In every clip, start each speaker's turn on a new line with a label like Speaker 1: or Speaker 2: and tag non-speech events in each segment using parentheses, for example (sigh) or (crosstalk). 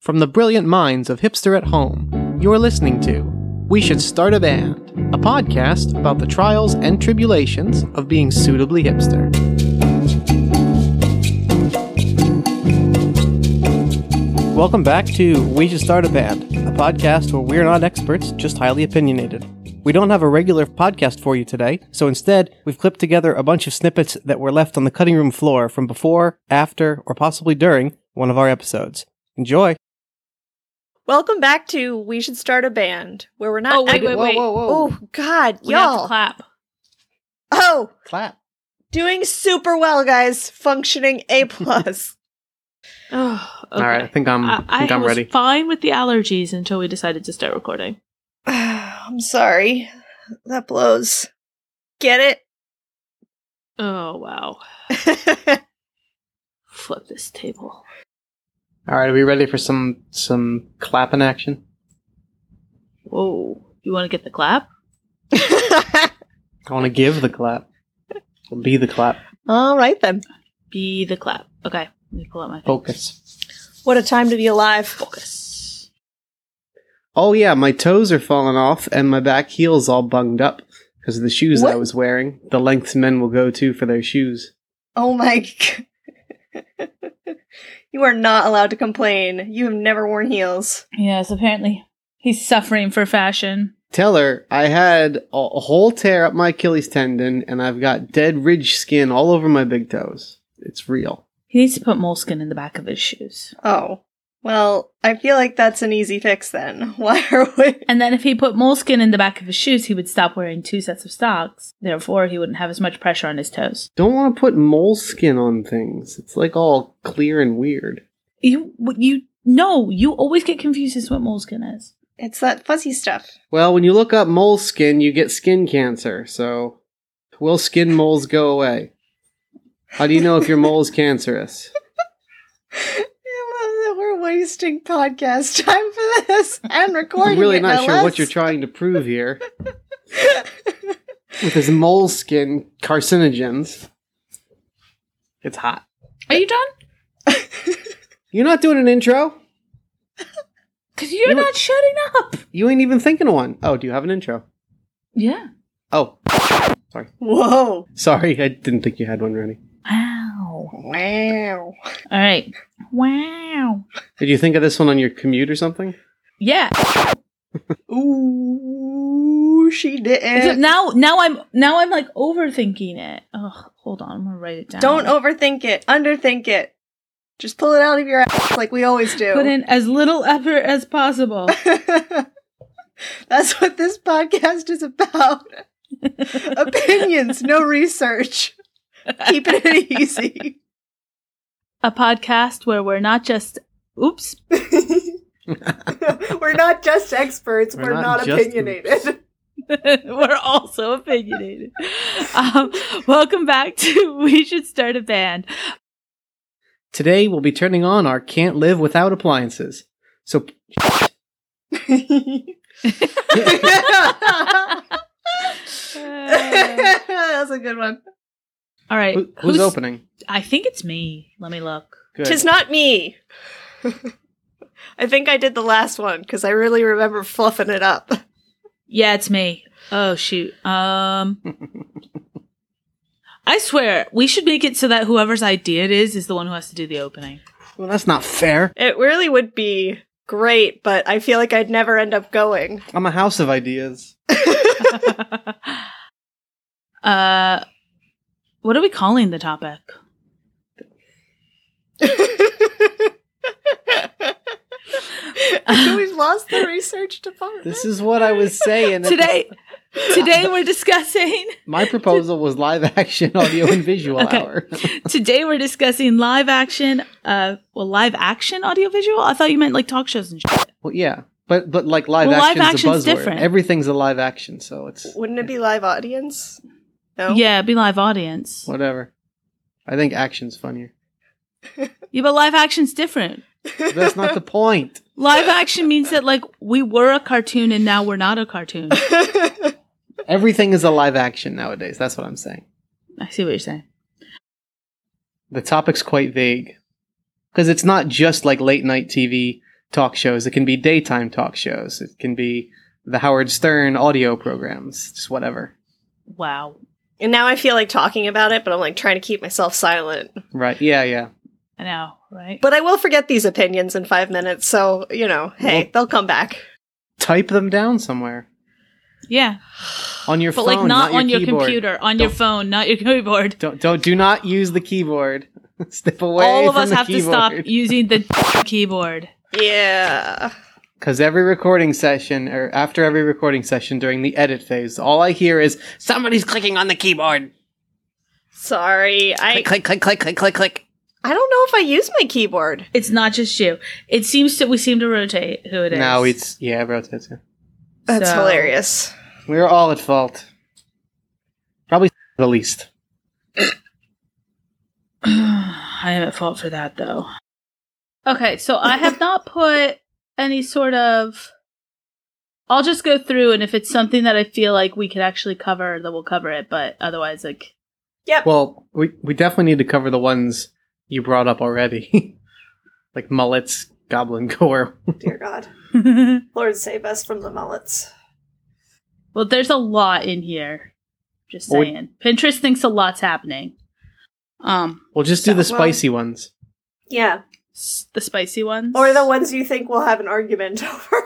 Speaker 1: From the brilliant minds of Hipster at Home, you're listening to We Should Start a Band, a podcast about the trials and tribulations of being suitably hipster. Welcome back to We Should Start a Band, a podcast where we're not experts, just highly opinionated. We don't have a regular podcast for you today, so instead, we've clipped together a bunch of snippets that were left on the cutting room floor from before, after, or possibly during one of our episodes. Enjoy!
Speaker 2: Welcome back to We Should Start a Band, where we're not.
Speaker 3: Oh, wait,
Speaker 2: I-
Speaker 3: wait, wait.
Speaker 2: Oh, God,
Speaker 3: We have to
Speaker 2: y'all.
Speaker 3: clap.
Speaker 2: Oh,
Speaker 1: Clap.
Speaker 2: doing super well, guys. Functioning
Speaker 3: (laughs)
Speaker 2: A plus. (sighs)
Speaker 3: Oh, okay.
Speaker 1: All right, I think I'm,
Speaker 3: I,
Speaker 1: I think
Speaker 3: I
Speaker 1: I'm
Speaker 3: was
Speaker 1: ready.
Speaker 3: fine with the allergies until we decided to start recording.
Speaker 2: I'm sorry, that blows. Get
Speaker 3: Oh wow!
Speaker 2: it? (laughs)
Speaker 3: Flip this table.
Speaker 1: All right, are we ready for some some clapping action?
Speaker 3: Whoa! You want to get the clap?
Speaker 1: I want to give the clap. Be the clap.
Speaker 2: All right then.
Speaker 3: Be the clap. Okay. Let me pull out my
Speaker 1: Oh. Focus.
Speaker 2: What a time to be alive.
Speaker 3: focus.
Speaker 1: Oh yeah, my toes are falling off and my back heel's all bunged up because of the shoes I
Speaker 2: What?
Speaker 1: was wearing. The lengths men will go to for their shoes.
Speaker 2: Oh my. (laughs) g- you are not allowed to complain. You have never worn heels.
Speaker 3: Yes, apparently he's suffering for fashion.
Speaker 1: Tell her I had a a whole tear up my Achilles tendon and I've got dead ridge skin all over my big toes. It's real.
Speaker 3: He needs to put moleskin in the back of his shoes.
Speaker 2: Oh. Well, I feel like that's an easy fix then. (laughs) Why are we.
Speaker 3: And then if he put moleskin in the back of his shoes, he would stop wearing two sets of socks. Therefore, he wouldn't have as much pressure on his toes.
Speaker 1: Don't want to put moleskin on things. It's like all clear and weird.
Speaker 3: You, you, no, you always get confused as to what moleskin is.
Speaker 2: It's that fuzzy stuff.
Speaker 1: Well, when you look up moleskin, you get skin cancer. So, will skin moles go away? How do you know if your mole is cancerous?
Speaker 2: I love that we're wasting podcast (laughs) time for this and recording.
Speaker 1: I'm really
Speaker 2: it,
Speaker 1: not
Speaker 2: no
Speaker 1: sure what
Speaker 2: less.
Speaker 1: you're trying to prove here with his moleskin carcinogens. It's hot.
Speaker 3: Are you done?
Speaker 1: You're not doing an intro?
Speaker 3: Because you're
Speaker 1: You-
Speaker 3: not shutting up.
Speaker 1: You ain't even thinking of one. Oh, do you have an intro?
Speaker 3: Yeah.
Speaker 1: Oh,
Speaker 2: Whoa!
Speaker 1: sorry. I didn't think you had one ready.
Speaker 3: Wow.
Speaker 2: Wow!
Speaker 3: All right. Wow.
Speaker 1: Did you think of this one on your commute or something?
Speaker 3: Yeah.
Speaker 2: Ooh, she
Speaker 3: So
Speaker 2: didn't.
Speaker 3: now, now I'm now I'm like overthinking it. Oh, hold on. I'm gonna write it down.
Speaker 2: Don't overthink it. Underthink it. Just pull it out of your ass like we always do.
Speaker 3: put in as little effort as (laughs) possible.
Speaker 2: (laughs) That's what this podcast is about. Opinions, no research. Keeping
Speaker 1: (laughs)
Speaker 2: it easy. (laughs)
Speaker 3: A podcast where we're not just oops. (laughs)
Speaker 2: we're not just experts.
Speaker 1: We're not just-
Speaker 3: we're also opinionated. (laughs) um, welcome back to (laughs) We Should Start a (laughs) Band.
Speaker 1: Today, we'll be turning on our Can't Live Without Appliances. So,
Speaker 3: Uh,
Speaker 2: That's a good one.
Speaker 3: all right.
Speaker 1: who- who's opening?
Speaker 3: I think it's me. Let me look.
Speaker 1: Good.
Speaker 2: Tis not me. (laughs) I think I did the last one because I really remember fluffing it up.
Speaker 3: Yeah, it's me. Oh shoot. Um I swear, we should make it so that whoever's idea it is is the one who has to do the opening. (laughs)
Speaker 1: well, that's not fair.
Speaker 2: It really would be great, but I feel like I'd never end up going.
Speaker 1: I'm a house of ideas.
Speaker 3: uh what are we calling the topic?
Speaker 2: (laughs) We've lost the research department.
Speaker 1: This is what I was saying.
Speaker 3: Today today we're discussing (laughs)
Speaker 1: my proposal was live action audio and visual
Speaker 3: Okay.
Speaker 1: hour.
Speaker 3: today we're discussing live action uh well live action audiovisual? I thought you meant like talk shows and shit.
Speaker 1: Well, yeah, but but like live
Speaker 3: Well, live
Speaker 1: action's a buzzword.
Speaker 3: action's different.
Speaker 1: Everything's a live action, so it's
Speaker 2: Wouldn't it be live audience? No.
Speaker 3: Yeah, be live audience.
Speaker 1: whatever. I think action's funnier.
Speaker 3: Yeah, but live action's different.
Speaker 1: But that's not the point.
Speaker 3: Live action means that like we were a cartoon and now we're not a cartoon.
Speaker 1: Everything is a live action nowadays. That's what I'm saying.
Speaker 3: I see what you're saying.
Speaker 1: The topic's quite vague because it's not just like late night TV. talk shows. It can be daytime talk shows. It can be the Howard Stern audio programs. Just whatever.
Speaker 3: Wow.
Speaker 2: (laughs) And now I feel like talking about it, but I'm like trying to keep myself silent.
Speaker 1: Right? Yeah, yeah.
Speaker 3: I know, right?
Speaker 2: But I will forget these opinions in five minutes, so, you know, hey,
Speaker 1: Well-
Speaker 2: they'll come back.
Speaker 1: Type them down somewhere
Speaker 3: yeah.
Speaker 1: on your
Speaker 3: But
Speaker 1: phone,
Speaker 3: like not, on your,
Speaker 1: keyboard.
Speaker 3: computer, on your
Speaker 1: Don't-
Speaker 3: phone, not your (laughs) keyboard.
Speaker 1: Don't don't do not use the keyboard. (laughs) Step away.
Speaker 3: All of
Speaker 1: from
Speaker 3: us
Speaker 1: the
Speaker 3: have to stop
Speaker 1: (laughs)
Speaker 3: using the (laughs) keyboard.
Speaker 2: Yeah.
Speaker 1: because every recording session or after every recording session during the edit phase, all I hear is somebody's clicking on the keyboard.
Speaker 2: Sorry. I,
Speaker 1: Click click click click click click click.
Speaker 2: I don't know if I use my keyboard.
Speaker 3: It's not just you. It seems to we seem to rotate who it is.
Speaker 1: Now it's yeah, bro. That's it.
Speaker 2: That's
Speaker 3: So-
Speaker 2: hilarious.
Speaker 1: We're all at fault. Probably (laughs) the least.
Speaker 3: (sighs) I am at fault for that though. Okay, so
Speaker 1: (laughs)
Speaker 3: I have not put any sort of I'll just go through and if it's something that I feel like we could actually cover, then we'll cover it, but otherwise like (laughs)
Speaker 2: Yep.
Speaker 1: Well, we we definitely need to cover the ones you brought up already, (laughs) like mullets, goblin (laughs) gore.
Speaker 2: Dear God.
Speaker 3: Well,
Speaker 2: Lord save us from the mullets.
Speaker 3: there's a lot in here. Just
Speaker 1: Or-
Speaker 3: saying. Pinterest thinks a lot's happening. Um
Speaker 1: We'll just do
Speaker 2: So,
Speaker 1: the spicy ones.
Speaker 2: Yeah.
Speaker 3: s- the spicy ones.
Speaker 2: Or the (laughs) ones you think we'll have an argument (laughs) over.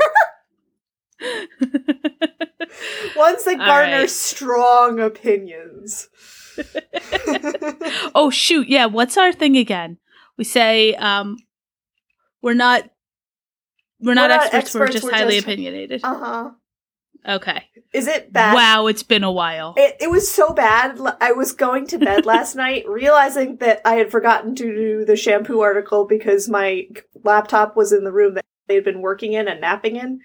Speaker 2: ones that
Speaker 3: All
Speaker 2: garner
Speaker 3: right.
Speaker 2: strong opinions.
Speaker 3: (laughs)
Speaker 2: (laughs)
Speaker 3: Oh shoot, yeah, what's our thing again? We say um we're not we're, not, experts, we're just highly
Speaker 2: just-
Speaker 3: opinionated.
Speaker 2: Uh huh.
Speaker 3: okay.
Speaker 2: Is it bad?
Speaker 3: Wow, it's been a while.
Speaker 2: It, it was so bad. l- I was going to bed last night realizing that I had forgotten to do the shampoo article because my laptop was in the room that they had been working in and napping in.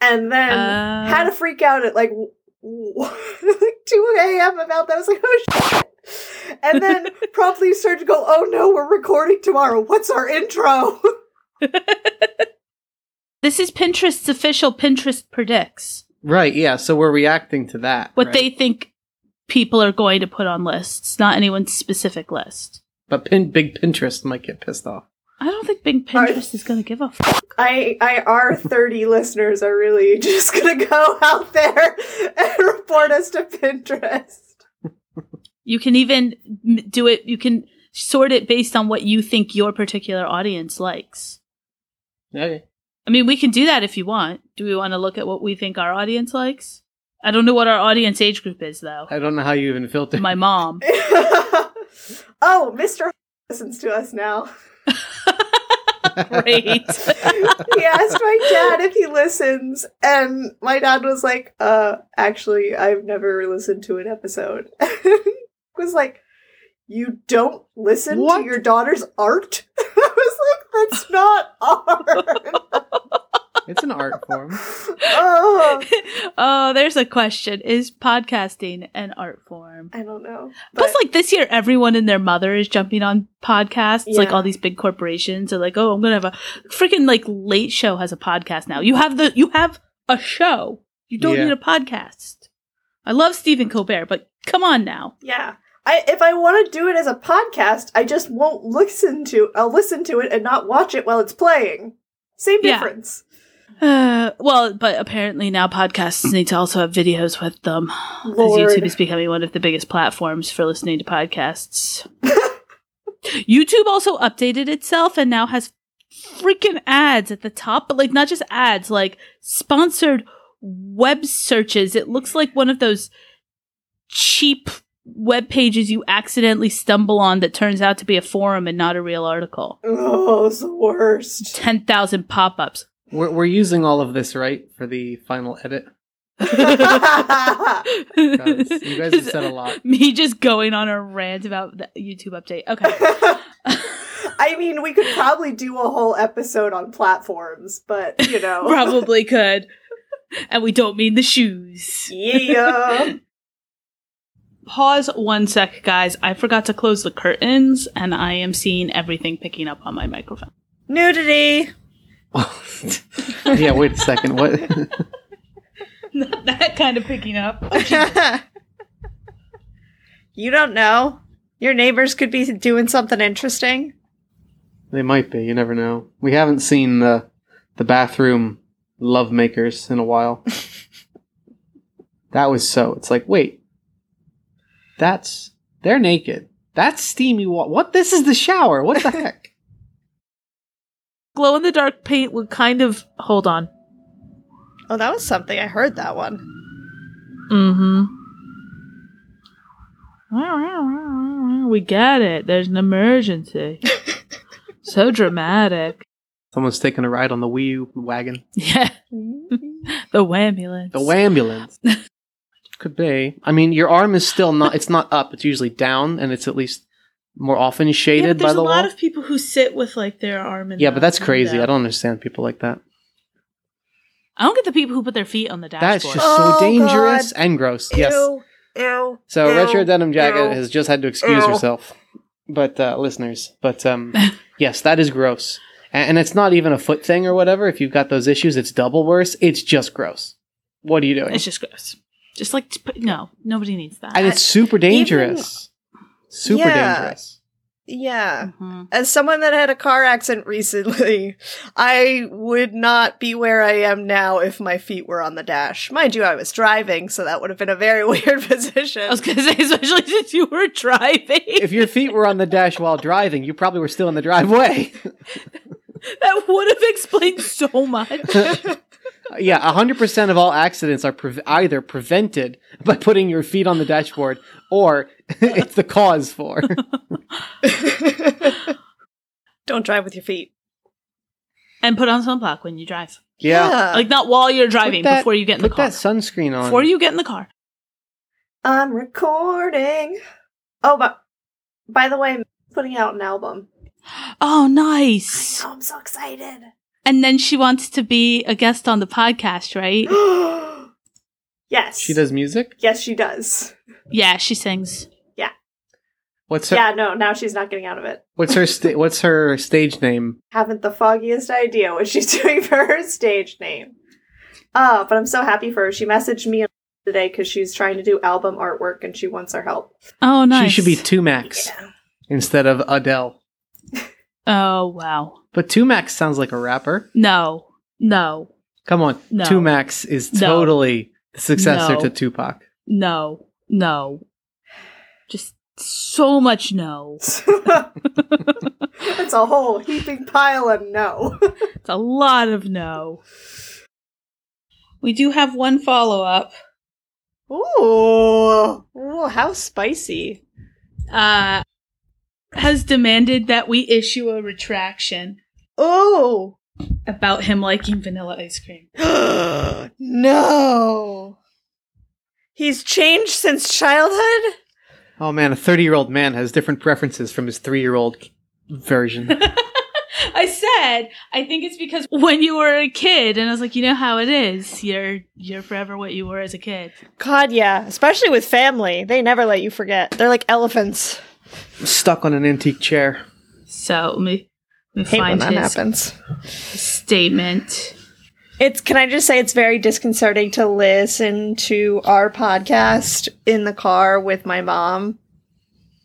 Speaker 2: And then
Speaker 3: Uh.
Speaker 2: had a freak out at like, (laughs) w- w- like 2 a.m. about that. I was like, oh shit. And then promptly started to go, oh no, we're recording tomorrow. What's our intro? (laughs)
Speaker 3: This is Pinterest's official Pinterest predicts
Speaker 1: Right? Yeah. So we're reacting to that.
Speaker 3: what
Speaker 1: right?
Speaker 3: they think people are going to put on lists, not anyone's specific list.
Speaker 1: But pin, big Pinterest might get pissed off.
Speaker 3: I don't think Big
Speaker 2: Are-
Speaker 3: Pinterest is going to give a fuck.
Speaker 2: I, I, our 30 listeners are really just gonna go out there and report us to Pinterest.
Speaker 3: You can even m- do it. You can sort it based on what you think your particular audience likes.
Speaker 1: Okay.
Speaker 3: I mean, we can do that if you want. Do we want to look at what we think our audience likes? I don't know what our audience age group is though.
Speaker 1: (laughs) I don't know how you even filter. (laughs)
Speaker 3: My mom.
Speaker 2: (laughs) oh, Mr. listens to us now.
Speaker 3: Great. (laughs)
Speaker 2: He asked my dad if he listens, and my dad was like, uh, actually, I've never listened to an episode. (laughs) was like, you don't listen
Speaker 1: What?
Speaker 2: to your daughter's art? (laughs) I was like, that's not (laughs) art.
Speaker 1: it's an art form.
Speaker 2: oh,
Speaker 3: oh, there's a question. Is podcasting an art form?
Speaker 2: I don't know.
Speaker 3: Plus, like this year, everyone and their mother is jumping on podcasts. Like
Speaker 2: Yeah.
Speaker 3: all these big corporations are like, "Oh, I'm gonna have a freaking like late show has a podcast now. You have the you have a show. You don't
Speaker 1: Yeah.
Speaker 3: need a podcast." I love Stephen Colbert, but come on now. (sighs)
Speaker 2: Yeah. I, if I want to do it as a podcast, I just won't listen to. I'll listen to it and not watch it while it's playing. Same
Speaker 3: Yeah. (gasps)
Speaker 2: difference.
Speaker 3: Uh, well, but apparently now podcasts need to also have videos with them. 'cause
Speaker 2: Lord.
Speaker 3: YouTube is becoming one of the biggest platforms for listening to podcasts. (laughs) YouTube also updated itself and now has freaking ads at the top, but like not just ads, like sponsored web searches. It looks like one of those cheap web pages you accidentally stumble on that turns out to be a forum and not a real article.
Speaker 2: Oh, it's the
Speaker 3: (laughs)
Speaker 2: worst. (laughs)
Speaker 3: 10,000 pop (laughs) ups.
Speaker 1: We're, we're using all of this right for the final edit.
Speaker 2: That's
Speaker 1: Guys, you guys have said a
Speaker 3: (laughs)
Speaker 1: lot. (laughs)
Speaker 3: Me just going on a rant about the YouTube update. Okay.
Speaker 2: I mean, we could probably do a whole episode on platforms, but
Speaker 3: (laughs)
Speaker 2: you know,
Speaker 3: Probably could. And we don't mean the shoes. (laughs)
Speaker 2: yeah.
Speaker 3: Pause one sec, guys. I forgot to close the curtains and I am seeing everything picking up on my microphone. (laughs)
Speaker 2: Nudity.
Speaker 1: yeah. Wait a second. What?
Speaker 3: Not that kind of picking up.
Speaker 2: (laughs) you don't know. Your neighbors could be doing something interesting.
Speaker 1: they might be. You never know. We haven't seen the the bathroom love makers in a
Speaker 3: (laughs)
Speaker 1: while. that was so. It's like, wait, that's they're naked. That's steamy water. What? This is the shower. What
Speaker 3: (laughs)
Speaker 1: the heck?
Speaker 3: Glow in the dark paint would kind of hold on.
Speaker 2: Oh, that was something. I heard that one.
Speaker 3: Mm-hmm. We get it. There's an (laughs) emergency. so dramatic.
Speaker 1: Someone's taking a ride on the Wii U wagon.
Speaker 3: Yeah. The wambulance. (laughs)
Speaker 1: The ambulance. Could be. I mean, your arm is still not. It's not up. It's usually down, and it's at least more often
Speaker 3: Yeah, but
Speaker 1: shaded by
Speaker 3: there's
Speaker 1: the
Speaker 3: a
Speaker 1: wall.
Speaker 3: lot of people who sit with like their arm in
Speaker 1: yeah,
Speaker 3: the-
Speaker 1: but that's
Speaker 3: in the
Speaker 1: crazy. I
Speaker 3: dash-
Speaker 1: don't understand people like that.
Speaker 3: I don't get the people who put their feet on the dashboard.
Speaker 1: That's just
Speaker 2: Oh,
Speaker 1: so dangerous and gross. Yes.
Speaker 2: Ew. Ew.
Speaker 1: So
Speaker 2: ew,
Speaker 1: retro denim jacket
Speaker 2: ew.
Speaker 1: has just had to excuse
Speaker 2: Ew.
Speaker 1: herself, but uh, listeners, but um, yes, that is gross, and, and it's not even a foot thing or whatever. If you've got those issues, it's double worse. It's just gross. What are you doing?
Speaker 3: It's just gross. Just like t- put- no, nobody needs that.
Speaker 1: and it's super dangerous. super
Speaker 2: Yeah.
Speaker 1: dangerous.
Speaker 2: Yeah.
Speaker 3: Mhm.
Speaker 2: As someone that had a car accident recently, (laughs) I would not be where I am now if my feet were on the dash. Mind you, I was driving, so that would have been a very (laughs) weird position.
Speaker 3: I was gonna (laughs) say, especially since you were driving,
Speaker 1: If your feet were on the dash while driving, you probably were still in the driveway. (laughs)
Speaker 3: that would have explained so much.
Speaker 1: (laughs) yeah, hundred percent of all accidents are pre- either prevented by putting your feet on the dashboard, or (laughs) it's the cause for.
Speaker 2: (laughs) Don't drive with your feet.
Speaker 3: and put on sunblock when you drive.
Speaker 1: Yeah.
Speaker 3: Like not while you're
Speaker 1: Uh, Put
Speaker 3: driving,
Speaker 1: that-
Speaker 3: before you get in the
Speaker 1: put
Speaker 3: car.
Speaker 1: that sunscreen on.
Speaker 3: Before you get in the car.
Speaker 4: I'm recording. Oh, but by the way, I'm putting out an album.
Speaker 3: Oh, nice.
Speaker 4: Oh, I'm so excited.
Speaker 2: (gasps)
Speaker 3: And then she wants to be a guest on the podcast, right?
Speaker 4: yes.
Speaker 1: She does music.
Speaker 4: Yes, she does.
Speaker 3: yeah, she sings.
Speaker 1: What's her
Speaker 4: yeah, no, now she's not getting out of it.
Speaker 1: What's her sta- What's her stage name?
Speaker 4: Haven't the foggiest idea what she's (laughs) doing for her stage name. Uh, but I'm so happy for her. She messaged me today because she's trying to do album artwork and she wants our help.
Speaker 3: Oh, nice.
Speaker 1: She should be Two Max
Speaker 4: (laughs)
Speaker 2: (laughs)
Speaker 1: instead of Adele.
Speaker 3: Oh, wow.
Speaker 1: But Two Max sounds like a rapper.
Speaker 3: No, no,
Speaker 1: Come on,
Speaker 3: No.
Speaker 1: Two Max is
Speaker 3: No.
Speaker 1: totally the successor
Speaker 3: No.
Speaker 1: to Tupac.
Speaker 3: no, no. Just so much no.
Speaker 4: it's a whole heaping pile of no.
Speaker 3: It's a lot of no. We do have one follow up.
Speaker 2: Ooh. Ooh, how spicy.
Speaker 3: Uh, has demanded that we issue a retraction
Speaker 2: Oh.
Speaker 3: about him liking vanilla ice cream.
Speaker 2: (gasps) no. He's changed since childhood?
Speaker 1: Oh man, a thirty-year-old man has different preferences from his three-year-old
Speaker 3: (laughs)
Speaker 1: version.
Speaker 3: I said, I think it's because when you were a kid, and I was like, you know how it is. You're you're forever what you were as a kid.
Speaker 2: God, yeah. Especially with family. They never let you forget. They're like elephants.
Speaker 1: Stuck on an antique chair.
Speaker 3: So let me, let me
Speaker 2: Hate when
Speaker 3: find
Speaker 2: that
Speaker 3: his
Speaker 2: happens.
Speaker 3: statement. (laughs)
Speaker 2: It's can I just say it's very disconcerting to listen to our podcast in the car with my mom.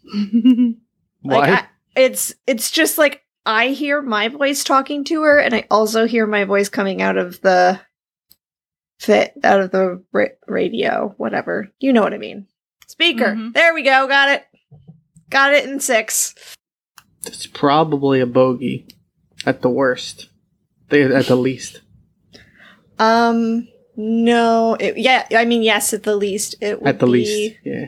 Speaker 1: Why?
Speaker 2: Like I, it's it's just like I hear my voice talking to her and I also hear my voice coming out of the fit out of the ra- radio, whatever. You know what I mean. Speaker.
Speaker 1: Mm-hmm.
Speaker 3: Mhm.
Speaker 2: There we go. Got it. Got it in 6.
Speaker 1: it's probably a bogey, at the worst, They- at the least.
Speaker 2: Um no, it, yeah, I mean yes at the least it would
Speaker 1: At the
Speaker 2: be-
Speaker 1: least, yeah.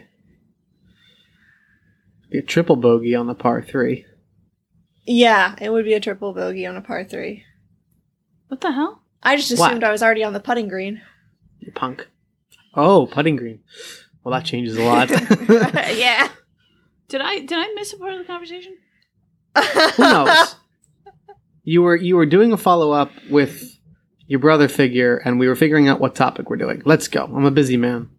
Speaker 1: Be a triple bogey on the par three.
Speaker 2: Yeah, it would be a triple bogey on a par 3.
Speaker 3: What the hell?
Speaker 2: I just
Speaker 1: What?
Speaker 2: assumed I was already on the
Speaker 1: (laughs)
Speaker 2: putting green. (laughs)
Speaker 1: You punk. Oh, putting green. Well, that changes a
Speaker 2: (laughs)
Speaker 1: lot. (laughs) Who
Speaker 2: yeah.
Speaker 3: Did I did I miss a part of the conversation?
Speaker 2: Who
Speaker 1: knows? You were you were doing a follow up with your brother figure, and we were figuring out what topic we're doing. Let's go. I'm a busy man.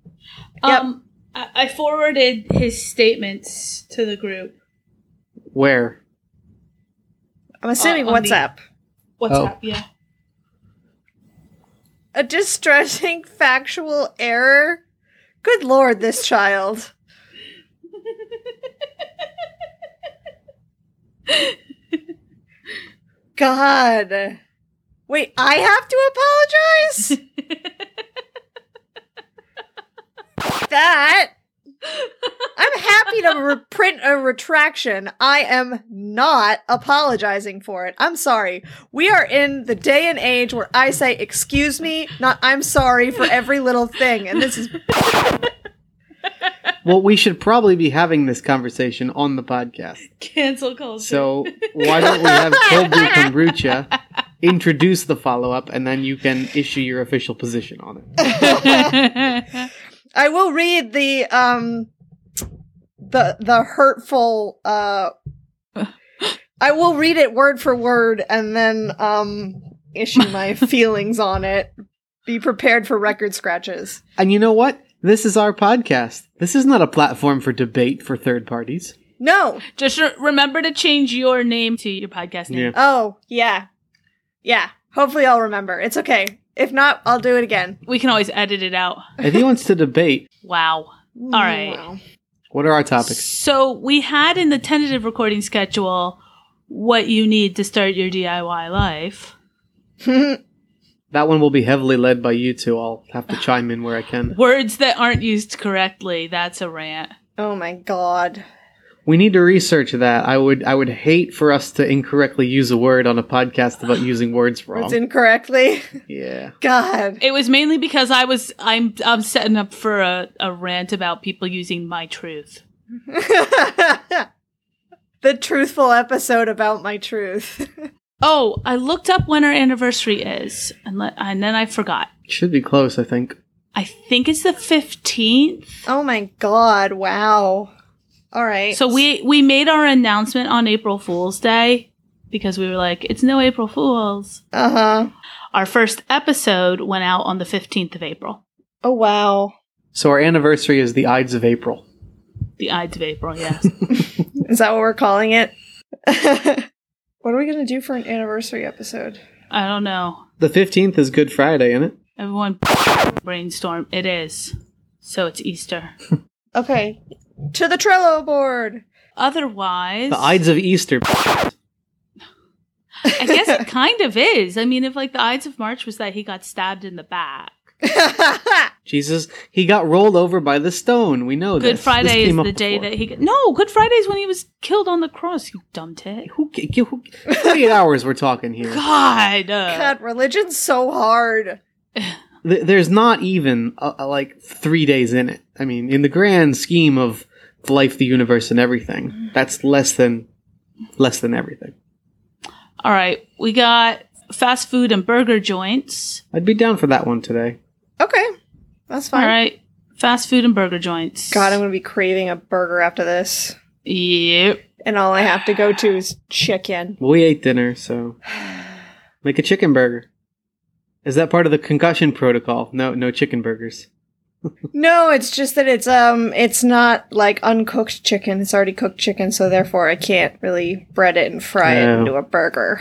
Speaker 2: Yep.
Speaker 3: Um, I, I forwarded his statements to the group.
Speaker 1: Where?
Speaker 2: I'm assuming
Speaker 3: Uh, on the-
Speaker 2: WhatsApp.
Speaker 3: What's
Speaker 1: Oh.
Speaker 3: up? Yeah. (laughs)
Speaker 2: A distressing factual error. Good lord, this
Speaker 3: (laughs)
Speaker 2: child. God. Wait, I have to apologize? that. I'm happy to reprint a retraction. I am not apologizing for it. I'm sorry. We are in the day and age where I say, excuse me, not I'm sorry for every little thing. And this is (laughs)
Speaker 1: Well, we should probably be having this conversation on the podcast.
Speaker 3: Cancel culture.
Speaker 1: So why don't we have cold brew kombucha introduce the follow up, and then you can issue your official position on it.
Speaker 2: I will read the um the the hurtful uh I will read it word for word and then um issue my feelings on it. Be prepared for record scratches.
Speaker 1: And you know what? This is our podcast. This is not a platform for debate for third parties.
Speaker 2: No.
Speaker 3: (laughs) Just re- remember to change your name to your podcast name.
Speaker 2: Oh, yeah. Yeah. Hopefully I'll remember. It's okay. If not, I'll do it again.
Speaker 3: We can always edit it out.
Speaker 1: If he wants to debate,
Speaker 3: Wow.
Speaker 2: All
Speaker 3: right.
Speaker 1: what are our topics?
Speaker 3: So we had in the tentative recording schedule what you need to start your DIY life.
Speaker 1: That one will be heavily led by you two. I'll have to chime in where I can.
Speaker 3: Words that aren't used correctly. That's a rant.
Speaker 2: oh my god.
Speaker 1: We need to research that. I would I would hate for us to incorrectly use a word on a podcast about using words wrong.
Speaker 2: Words incorrectly. (laughs)
Speaker 1: yeah.
Speaker 2: God. (laughs)
Speaker 3: It was mainly because I was I'm I'm setting up for a, a rant about people using my truth.
Speaker 2: the truthful episode about my truth. (laughs)
Speaker 3: Oh, I looked up when our anniversary is, and, le- and then I forgot.
Speaker 1: Should be close, I think.
Speaker 3: I think it's the fifteenth.
Speaker 2: Oh my god, wow. All right.
Speaker 3: So we we made our announcement on April Fool's Day because we were like, it's no April Fools.
Speaker 2: Uh-huh.
Speaker 3: Our first episode went out on the fifteenth of April,
Speaker 2: Oh wow.
Speaker 1: So our anniversary is the Ides of April.
Speaker 3: the Ides of April. Yes, (laughs)
Speaker 2: Is that what we're calling it? (laughs) what are we going to do for an anniversary episode?
Speaker 3: I don't know.
Speaker 1: The fifteenth is Good Friday, isn't it?
Speaker 3: Everyone (laughs) brainstorm. It is. So it's Easter.
Speaker 2: Okay. To the Trello board. (laughs)
Speaker 3: Otherwise,
Speaker 1: The Ides of Easter.
Speaker 3: I guess it kind of is. I mean, if like the Ides of March was that he got stabbed in the back.
Speaker 1: Jesus, he got rolled over by the stone. We know
Speaker 3: Good
Speaker 1: this. This
Speaker 3: Friday
Speaker 1: came
Speaker 3: is the
Speaker 1: up
Speaker 3: day
Speaker 1: before.
Speaker 3: that he. Got- no, Good Friday is when he was killed on the cross. You dumb tit.
Speaker 1: Who, ca- who, forty-eight hours we're talking here.
Speaker 3: God. uh,
Speaker 2: God, religion's so hard.
Speaker 1: Th- there's not even uh, uh, like three days in it. I mean, in the grand scheme of life, the universe, and everything, that's less than less than everything.
Speaker 3: All right, we got fast food and burger joints.
Speaker 1: I'd be down for that one today.
Speaker 2: Okay. That's fine.
Speaker 3: All right, fast food and burger joints.
Speaker 2: God, I'm going to be craving a burger after this.
Speaker 3: Yep.
Speaker 2: And all I have to go to is chicken.
Speaker 1: Well, we ate dinner, so make a chicken burger. Is that part of the concussion protocol? No, no chicken burgers.
Speaker 2: No, it's just that it's um it's not like uncooked chicken. It's already cooked chicken, so therefore I can't really bread it and fry
Speaker 1: No.
Speaker 2: it into a burger.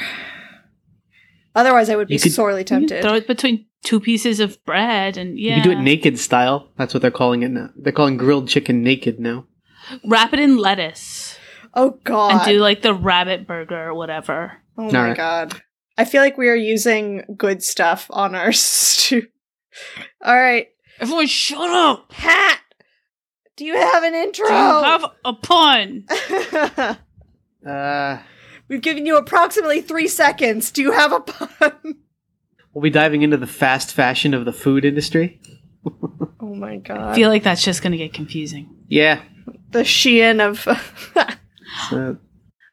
Speaker 2: Otherwise I would be
Speaker 1: You could-
Speaker 2: sorely
Speaker 3: You
Speaker 2: tempted.
Speaker 3: Mm-hmm. Throw it between two pieces of bread and yeah.
Speaker 1: You can do it naked style. That's what they're calling it now. They're calling grilled chicken naked now.
Speaker 3: Wrap it in lettuce
Speaker 2: Oh god.
Speaker 3: and do like the rabbit burger or whatever.
Speaker 2: oh my
Speaker 1: right.
Speaker 2: god. I feel like we are using good stuff on our (laughs) stew. All right.
Speaker 3: Everyone, shut up.
Speaker 2: Pat. Do you have an intro?
Speaker 3: Do you have a pun?
Speaker 2: (laughs)
Speaker 1: Uh,
Speaker 2: We've given you approximately 3 seconds. Do you have a pun?
Speaker 1: we'll be diving into the fast fashion of the food industry.
Speaker 2: (laughs) oh my
Speaker 3: I
Speaker 2: god.
Speaker 3: feel like that's just gonna get confusing.
Speaker 1: Yeah. Uh,
Speaker 2: the Shein of (laughs)
Speaker 1: So,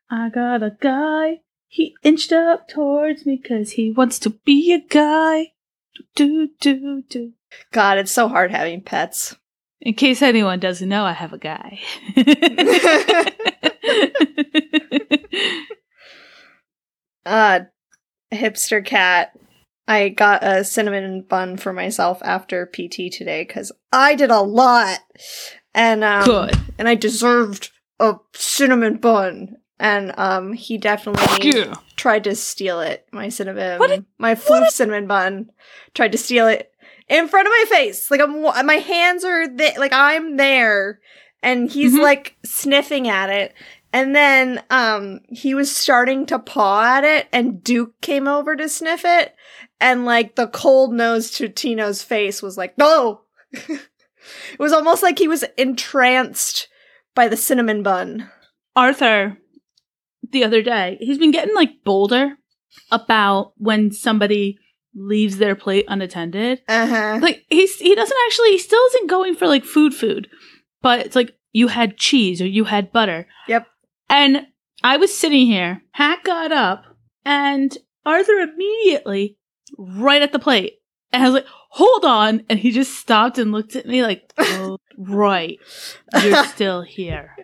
Speaker 3: I got a guy. He inched up towards me because he wants to be a guy. Do, do, do.
Speaker 2: God, it's so hard having pets.
Speaker 3: In case anyone doesn't know, I have a (laughs) guy.
Speaker 2: Uh hipster cat. I got a cinnamon bun for myself after PT today cuz I did a lot. And um
Speaker 3: Good.
Speaker 2: and I deserved a cinnamon bun. And um he definitely
Speaker 3: Yeah.
Speaker 2: tried to steal it. My cinnamon
Speaker 3: What a-
Speaker 2: my floof cinnamon bun tried to steal it in front of my face. Like I'm wa- my hands are th- like I'm there and he's
Speaker 3: Mhm.
Speaker 2: like sniffing at it And then um he was starting to paw at it and Duke came over to sniff it and like the cold nose to Tino's face was like, "No." (laughs) it was almost like he was entranced by the cinnamon bun.
Speaker 3: Arthur, the other day, he's been getting like bolder about when somebody leaves their plate unattended.
Speaker 2: Uh-huh.
Speaker 3: Like he's he doesn't actually he still isn't going for like food food, but it's like you had cheese or you had butter.
Speaker 2: Yep.
Speaker 3: And I was sitting here, Hack got up, and Arthur immediately right at the plate. And I was like, hold on. And he just stopped and looked at me like, oh, right.
Speaker 2: (laughs)
Speaker 3: You're still here.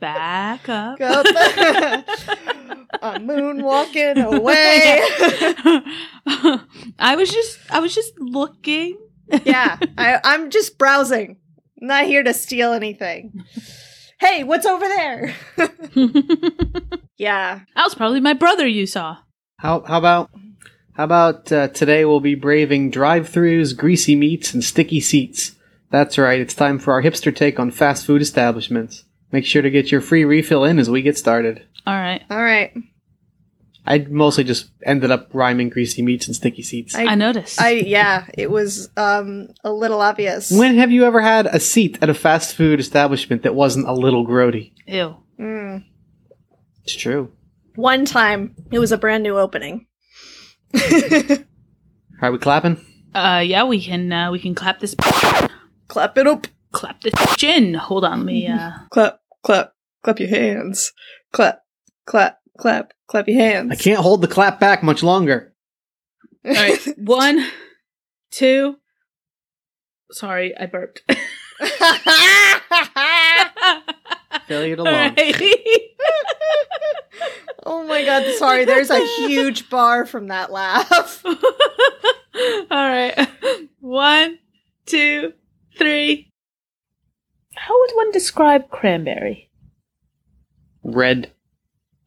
Speaker 3: Back up.
Speaker 2: Go (laughs) back. I'm (laughs) moonwalking away.
Speaker 3: (laughs) I was just I was just looking.
Speaker 2: (laughs)
Speaker 3: (laughs)
Speaker 2: yeah, I, I'm just browsing. I'm not here to steal anything. Hey, what's over there? (laughs)
Speaker 3: that
Speaker 2: Yeah.
Speaker 3: was probably my brother you saw.
Speaker 1: How how about how about uh, today we'll be braving drive-throughs, greasy meats, and sticky seats. That's right. It's time for our hipster take on fast food establishments. Make sure to get your free refill in as we get started.
Speaker 3: All right.
Speaker 2: All right.
Speaker 1: I mostly just ended up rhyming greasy meats and sticky seats.
Speaker 2: I-
Speaker 3: I, noticed.
Speaker 2: I yeah, it was um a little obvious.
Speaker 1: when have you ever had a seat at a fast food establishment that wasn't a little grody?
Speaker 3: Ew.
Speaker 2: Mm.
Speaker 1: It's true.
Speaker 2: One time, it was a brand new opening.
Speaker 1: Are we clapping?
Speaker 3: Uh yeah, we can uh, we can clap this
Speaker 2: clap it up.
Speaker 3: clap this chin. Hold on, let me (laughs) uh
Speaker 2: Clap, clap, clap your hands. Clap, clap, clap, clap your hands.
Speaker 1: I can't hold the clap back much longer.
Speaker 3: All right. One, two. Sorry, I burped. (laughs)
Speaker 2: (laughs)
Speaker 1: Failure to
Speaker 3: All (laughs)
Speaker 1: launch.
Speaker 3: right.
Speaker 2: oh my god, sorry, there's a huge bar from that laugh. (laughs)
Speaker 3: All (laughs) right. One, two, three. How would one describe cranberry?
Speaker 1: Red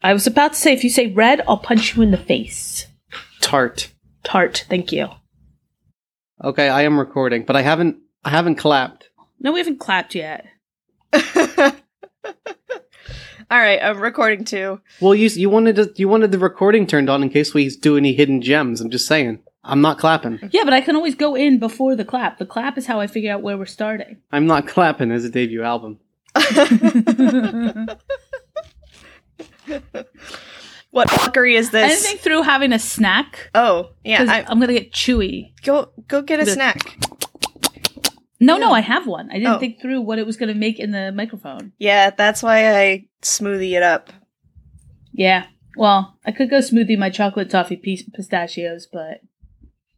Speaker 3: I was about to say, if you say red, I'll punch you in the face.
Speaker 1: tart.
Speaker 3: Tart, thank you.
Speaker 1: Okay, I am recording, but I haven't I haven't clapped.
Speaker 3: No, we haven't clapped yet.
Speaker 2: All right, I'm recording too.
Speaker 1: Well, you you wanted to, you wanted the recording turned on in case we do any hidden gems. I'm just saying. I'm not clapping.
Speaker 3: Yeah, but I can always go in before the clap. The clap is how I figure out where we're starting.
Speaker 1: I'm not (laughs) clapping as a debut album.
Speaker 2: What fuckery is
Speaker 3: I
Speaker 2: this?
Speaker 3: didn't think through having a snack.
Speaker 2: oh, yeah,
Speaker 3: 'cause
Speaker 2: I,
Speaker 3: I'm gonna get chewy.
Speaker 2: go go get a
Speaker 3: The-
Speaker 2: snack.
Speaker 3: No, no, I have one. I didn't
Speaker 2: Oh.
Speaker 3: think through what it was gonna make in the microphone.
Speaker 2: Yeah, that's why I smoothie it up. (laughs)
Speaker 3: Yeah. Well, I could go smoothie my chocolate toffee piece pistachios, but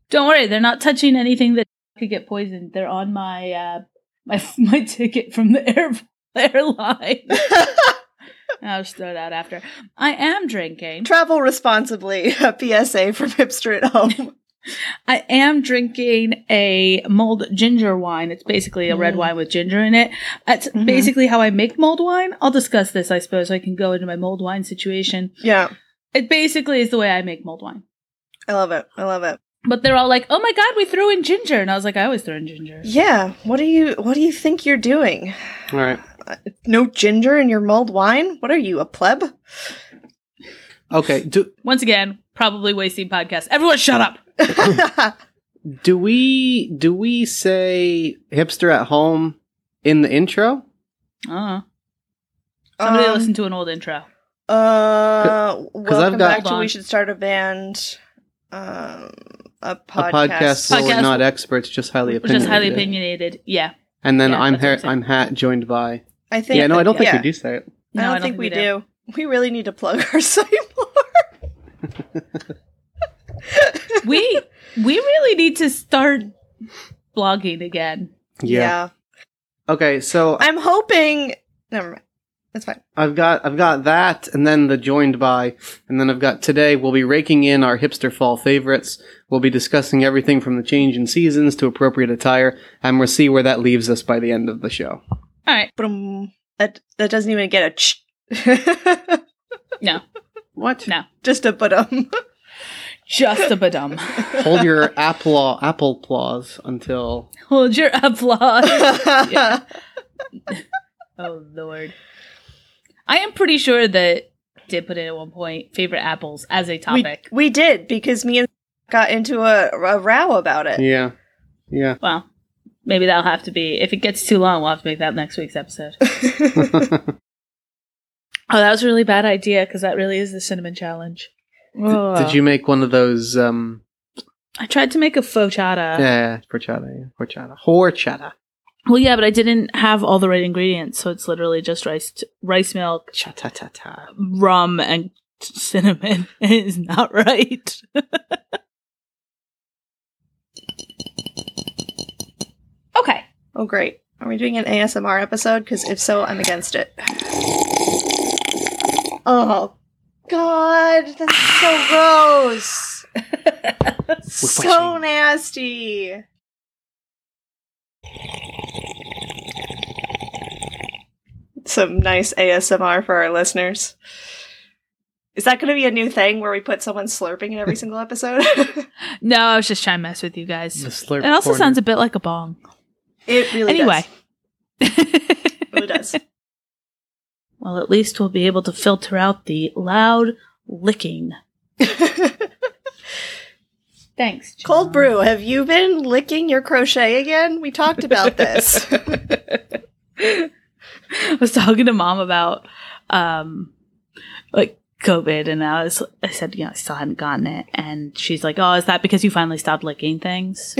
Speaker 3: don't worry, they're not touching anything that could get poisoned. They're on my uh, my (laughs) my ticket from the air, (laughs)
Speaker 2: (laughs)
Speaker 3: airline. I'll just throw that after. I am drinking.
Speaker 2: Travel responsibly. A PSA from Hipster at
Speaker 3: (laughs)
Speaker 2: Home.
Speaker 3: I am drinking a mulled ginger wine. It's basically a red
Speaker 2: Mm.
Speaker 3: wine with ginger in it. That's
Speaker 2: Mhm.
Speaker 3: basically how I make mulled wine. I'll discuss this, I suppose. I can go into my mulled wine situation.
Speaker 2: yeah,
Speaker 3: It basically is the way I make mulled wine.
Speaker 2: I love it. I love it.
Speaker 3: But they're all like, "Oh my god, we threw in ginger," and I was like, "I always throw in ginger."
Speaker 2: Yeah, what do you what do you think you're doing?
Speaker 1: All right.
Speaker 2: No ginger in your mulled wine? What are you, a pleb? (laughs)
Speaker 1: Okay. Do
Speaker 3: Once again, probably wasting podcast. Everyone, shut up.
Speaker 1: do we do we say hipster at home in the intro?
Speaker 3: Uh, somebody
Speaker 2: Uh-huh. Um,
Speaker 3: listen to an old intro.
Speaker 2: Uh,
Speaker 1: I've got-
Speaker 2: welcome back
Speaker 3: Hold
Speaker 2: to
Speaker 3: on.
Speaker 2: We Should Start a Band, um, a
Speaker 1: A podcast where
Speaker 2: podcast.
Speaker 1: we're
Speaker 3: Podcast.
Speaker 1: not experts, just highly
Speaker 3: We're just
Speaker 1: opinionated.
Speaker 3: highly opinionated. Yeah.
Speaker 1: And then
Speaker 3: Yeah,
Speaker 1: I'm
Speaker 3: that's what
Speaker 1: ha-
Speaker 3: I'm saying.
Speaker 1: I'm hat joined by.
Speaker 2: I think.
Speaker 1: Yeah. No, I don't think
Speaker 2: yeah.
Speaker 1: we do say it.
Speaker 2: I
Speaker 3: No,
Speaker 2: don't, think, we do. We really need to plug (laughs) our site more.
Speaker 3: do. we we really need to start blogging again.
Speaker 1: Okay. So
Speaker 2: I'm hoping. Never mind. That's fine.
Speaker 1: I've got I've got that, and then the joined by, and then I've got today. We'll be raking in our hipster fall favorites. We'll be discussing everything from the change in seasons to appropriate attire, and we'll see where that leaves us by the end of the show.
Speaker 3: All right.
Speaker 2: Boom. That that doesn't even get a ch. (laughs)
Speaker 3: No,
Speaker 1: What?
Speaker 3: No.
Speaker 2: Just a but um. (laughs)
Speaker 3: just a badum.
Speaker 1: Hold your apple apple applause until
Speaker 3: (laughs) Hold your applause. Oh Lord. I am pretty sure that did put in at one point favorite apples as a topic.
Speaker 2: (laughs) We did because me and (laughs) got into a, a row about it.
Speaker 1: Yeah. Yeah. (laughs)
Speaker 3: well, maybe that'll have to be. If it gets too long, we'll have to make that next week's episode. (laughs)
Speaker 2: (laughs)
Speaker 3: oh, that was a really bad idea because that really is the cinnamon challenge.
Speaker 1: Did you make one of those um
Speaker 3: I tried to make a
Speaker 2: Uh,
Speaker 3: focaccia.
Speaker 1: yeah, horchata, yeah, horchata. Horchata.
Speaker 3: Well, yeah, but I didn't have all the right ingredients, so it's literally just rice, rice milk,
Speaker 1: Cha ta ta ta.
Speaker 3: rum, and cinnamon. (laughs) It is not right. okay.
Speaker 2: Oh, great. Are we doing an ASMR episode? Because if so, I'm against it. Oh, God. That's so gross. so
Speaker 1: watching-
Speaker 2: nasty. Some nice ASMR for our listeners. Is that going to be a new thing where we put someone slurping in every single episode? (laughs)
Speaker 3: No, I was just trying to mess with you guys.
Speaker 1: The slurp
Speaker 3: It also
Speaker 1: corner.
Speaker 3: sounds a bit like a bong.
Speaker 2: it really
Speaker 3: Anyway.
Speaker 2: does.
Speaker 3: (laughs)
Speaker 2: Really does.
Speaker 3: well, at least we'll be able to filter out the loud licking. Thanks. John.
Speaker 2: Cold brew, have you been licking your crochet again? We talked about this. (laughs)
Speaker 3: I was talking to mom about um like COVID and I was I said, you know, I still hadn't gotten it and she's like, Oh, is that because you finally stopped licking (laughs) things?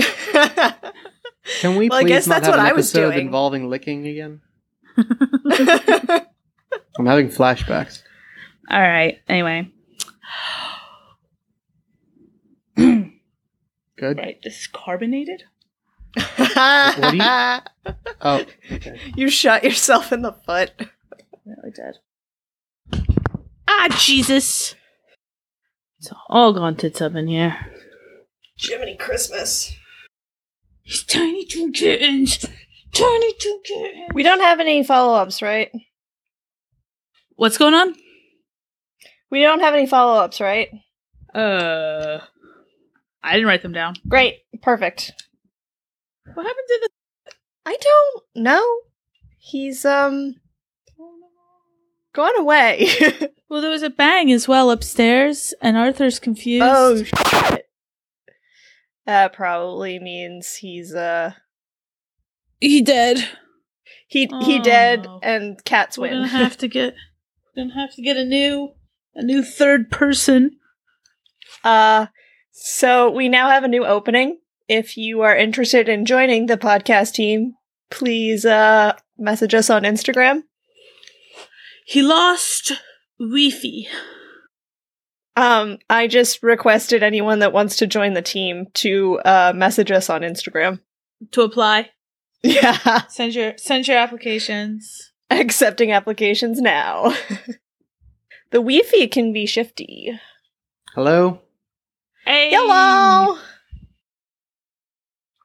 Speaker 1: Can we
Speaker 2: Well, I
Speaker 1: please
Speaker 2: guess
Speaker 1: not
Speaker 2: that's
Speaker 1: have
Speaker 2: what
Speaker 1: an
Speaker 2: I was
Speaker 1: episode
Speaker 2: doing.
Speaker 1: involving licking again? I'm having flashbacks.
Speaker 3: All right. Anyway.
Speaker 1: Good.
Speaker 3: (clears throat) Right. This is carbonated?
Speaker 1: do
Speaker 2: you?
Speaker 1: Oh, okay.
Speaker 2: shot yourself in the foot.
Speaker 3: I really did. Ah Jesus. It's all gone tits up in here.
Speaker 2: Jiminy Christmas.
Speaker 3: These tiny two kittens. Tiny two kittens.
Speaker 2: We don't have any follow ups, right?
Speaker 3: What's going on?
Speaker 2: We don't have any follow ups, right?
Speaker 3: Uh I didn't write them down.
Speaker 2: Great. Perfect.
Speaker 3: What happened to the
Speaker 2: I don't know. He's, um, gone away. (laughs)
Speaker 3: Well, there was a bang as well upstairs, and Arthur's confused.
Speaker 2: oh, shit. That probably means he's, uh,
Speaker 3: he did.
Speaker 2: he, he dead
Speaker 3: Oh.
Speaker 2: and cats
Speaker 3: We're
Speaker 2: win.
Speaker 3: (laughs) gonna have to get. We're gonna have to get a new, a new third person.
Speaker 2: Uh, so we now have a new opening. If you are interested in joining the podcast team, please uh, message us on Instagram.
Speaker 3: He lost Weefy.
Speaker 2: Um, I just requested anyone that wants to join the team to uh, message us on Instagram. (laughs)
Speaker 3: To apply,
Speaker 2: Yeah,
Speaker 3: send your send your applications.
Speaker 2: accepting applications now. (laughs) the Wi-Fi can be shifty.
Speaker 1: Hello?
Speaker 3: Hey, (laughs)
Speaker 2: Hello.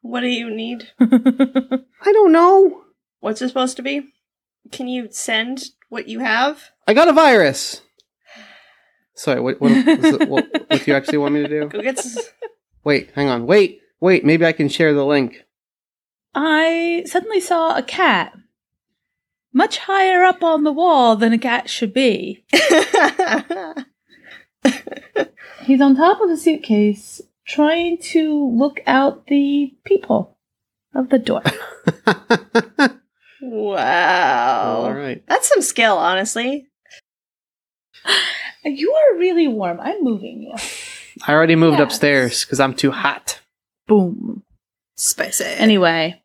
Speaker 2: What do you need?
Speaker 1: I don't know.
Speaker 2: What's it supposed to be? Can you send what you have?
Speaker 1: I got a virus. Sorry, what, what, is it- (laughs) what, what do you actually want me to do?
Speaker 2: Go get. s-
Speaker 1: Wait, hang on. Wait, wait. Maybe I can share the (laughs) link.
Speaker 3: I suddenly saw a cat, much higher up on the wall than a cat should be. He's on top of the suitcase, trying to look out the peephole of the door. (laughs)
Speaker 1: All
Speaker 2: wow.
Speaker 1: right.
Speaker 2: That's some skill, honestly.
Speaker 3: You are really warm. I'm moving you.
Speaker 1: I already moved
Speaker 3: Yes.
Speaker 1: upstairs because I'm too hot.
Speaker 3: Boom.
Speaker 2: Spicy.
Speaker 3: Anyway,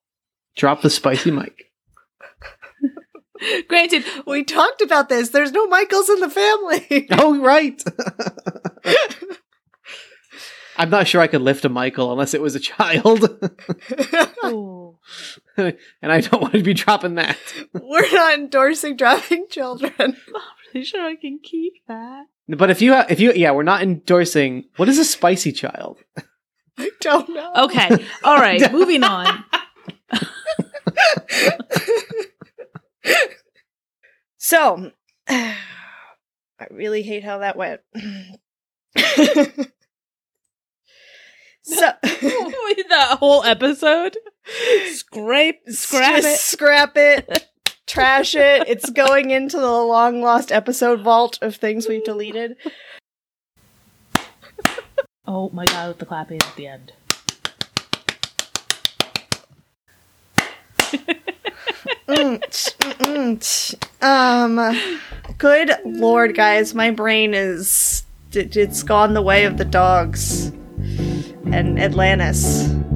Speaker 1: Drop the spicy mic. (laughs)
Speaker 3: granted,
Speaker 2: we talked about this. There's no Michaels in the family. (laughs)
Speaker 1: Oh, right. (laughs) I'm not sure I could lift a Michael unless it was a child, (laughs)
Speaker 3: Oh,
Speaker 1: and I don't want to be dropping that.
Speaker 2: We're not endorsing dropping children. (laughs)
Speaker 3: pretty sure I can keep that.
Speaker 1: But if you, ha- if you, yeah, we're not endorsing. What is a spicy child?
Speaker 2: I don't know.
Speaker 3: Okay. All (laughs) right. Moving on.
Speaker 2: So, (sighs) I really hate how that went. (laughs) (laughs) so,
Speaker 3: Wait, that whole episode. Scrape, scrap
Speaker 2: just scrap it. trash it. It's going into the long lost episode vault of things we've deleted.
Speaker 3: Oh my god, with the clapping at the end.
Speaker 2: Mm, tch, mm, mm, tch. um, good lord, guys, my brain is it, it's gone the way of the dogs and Atlantis. (sighs) Oh.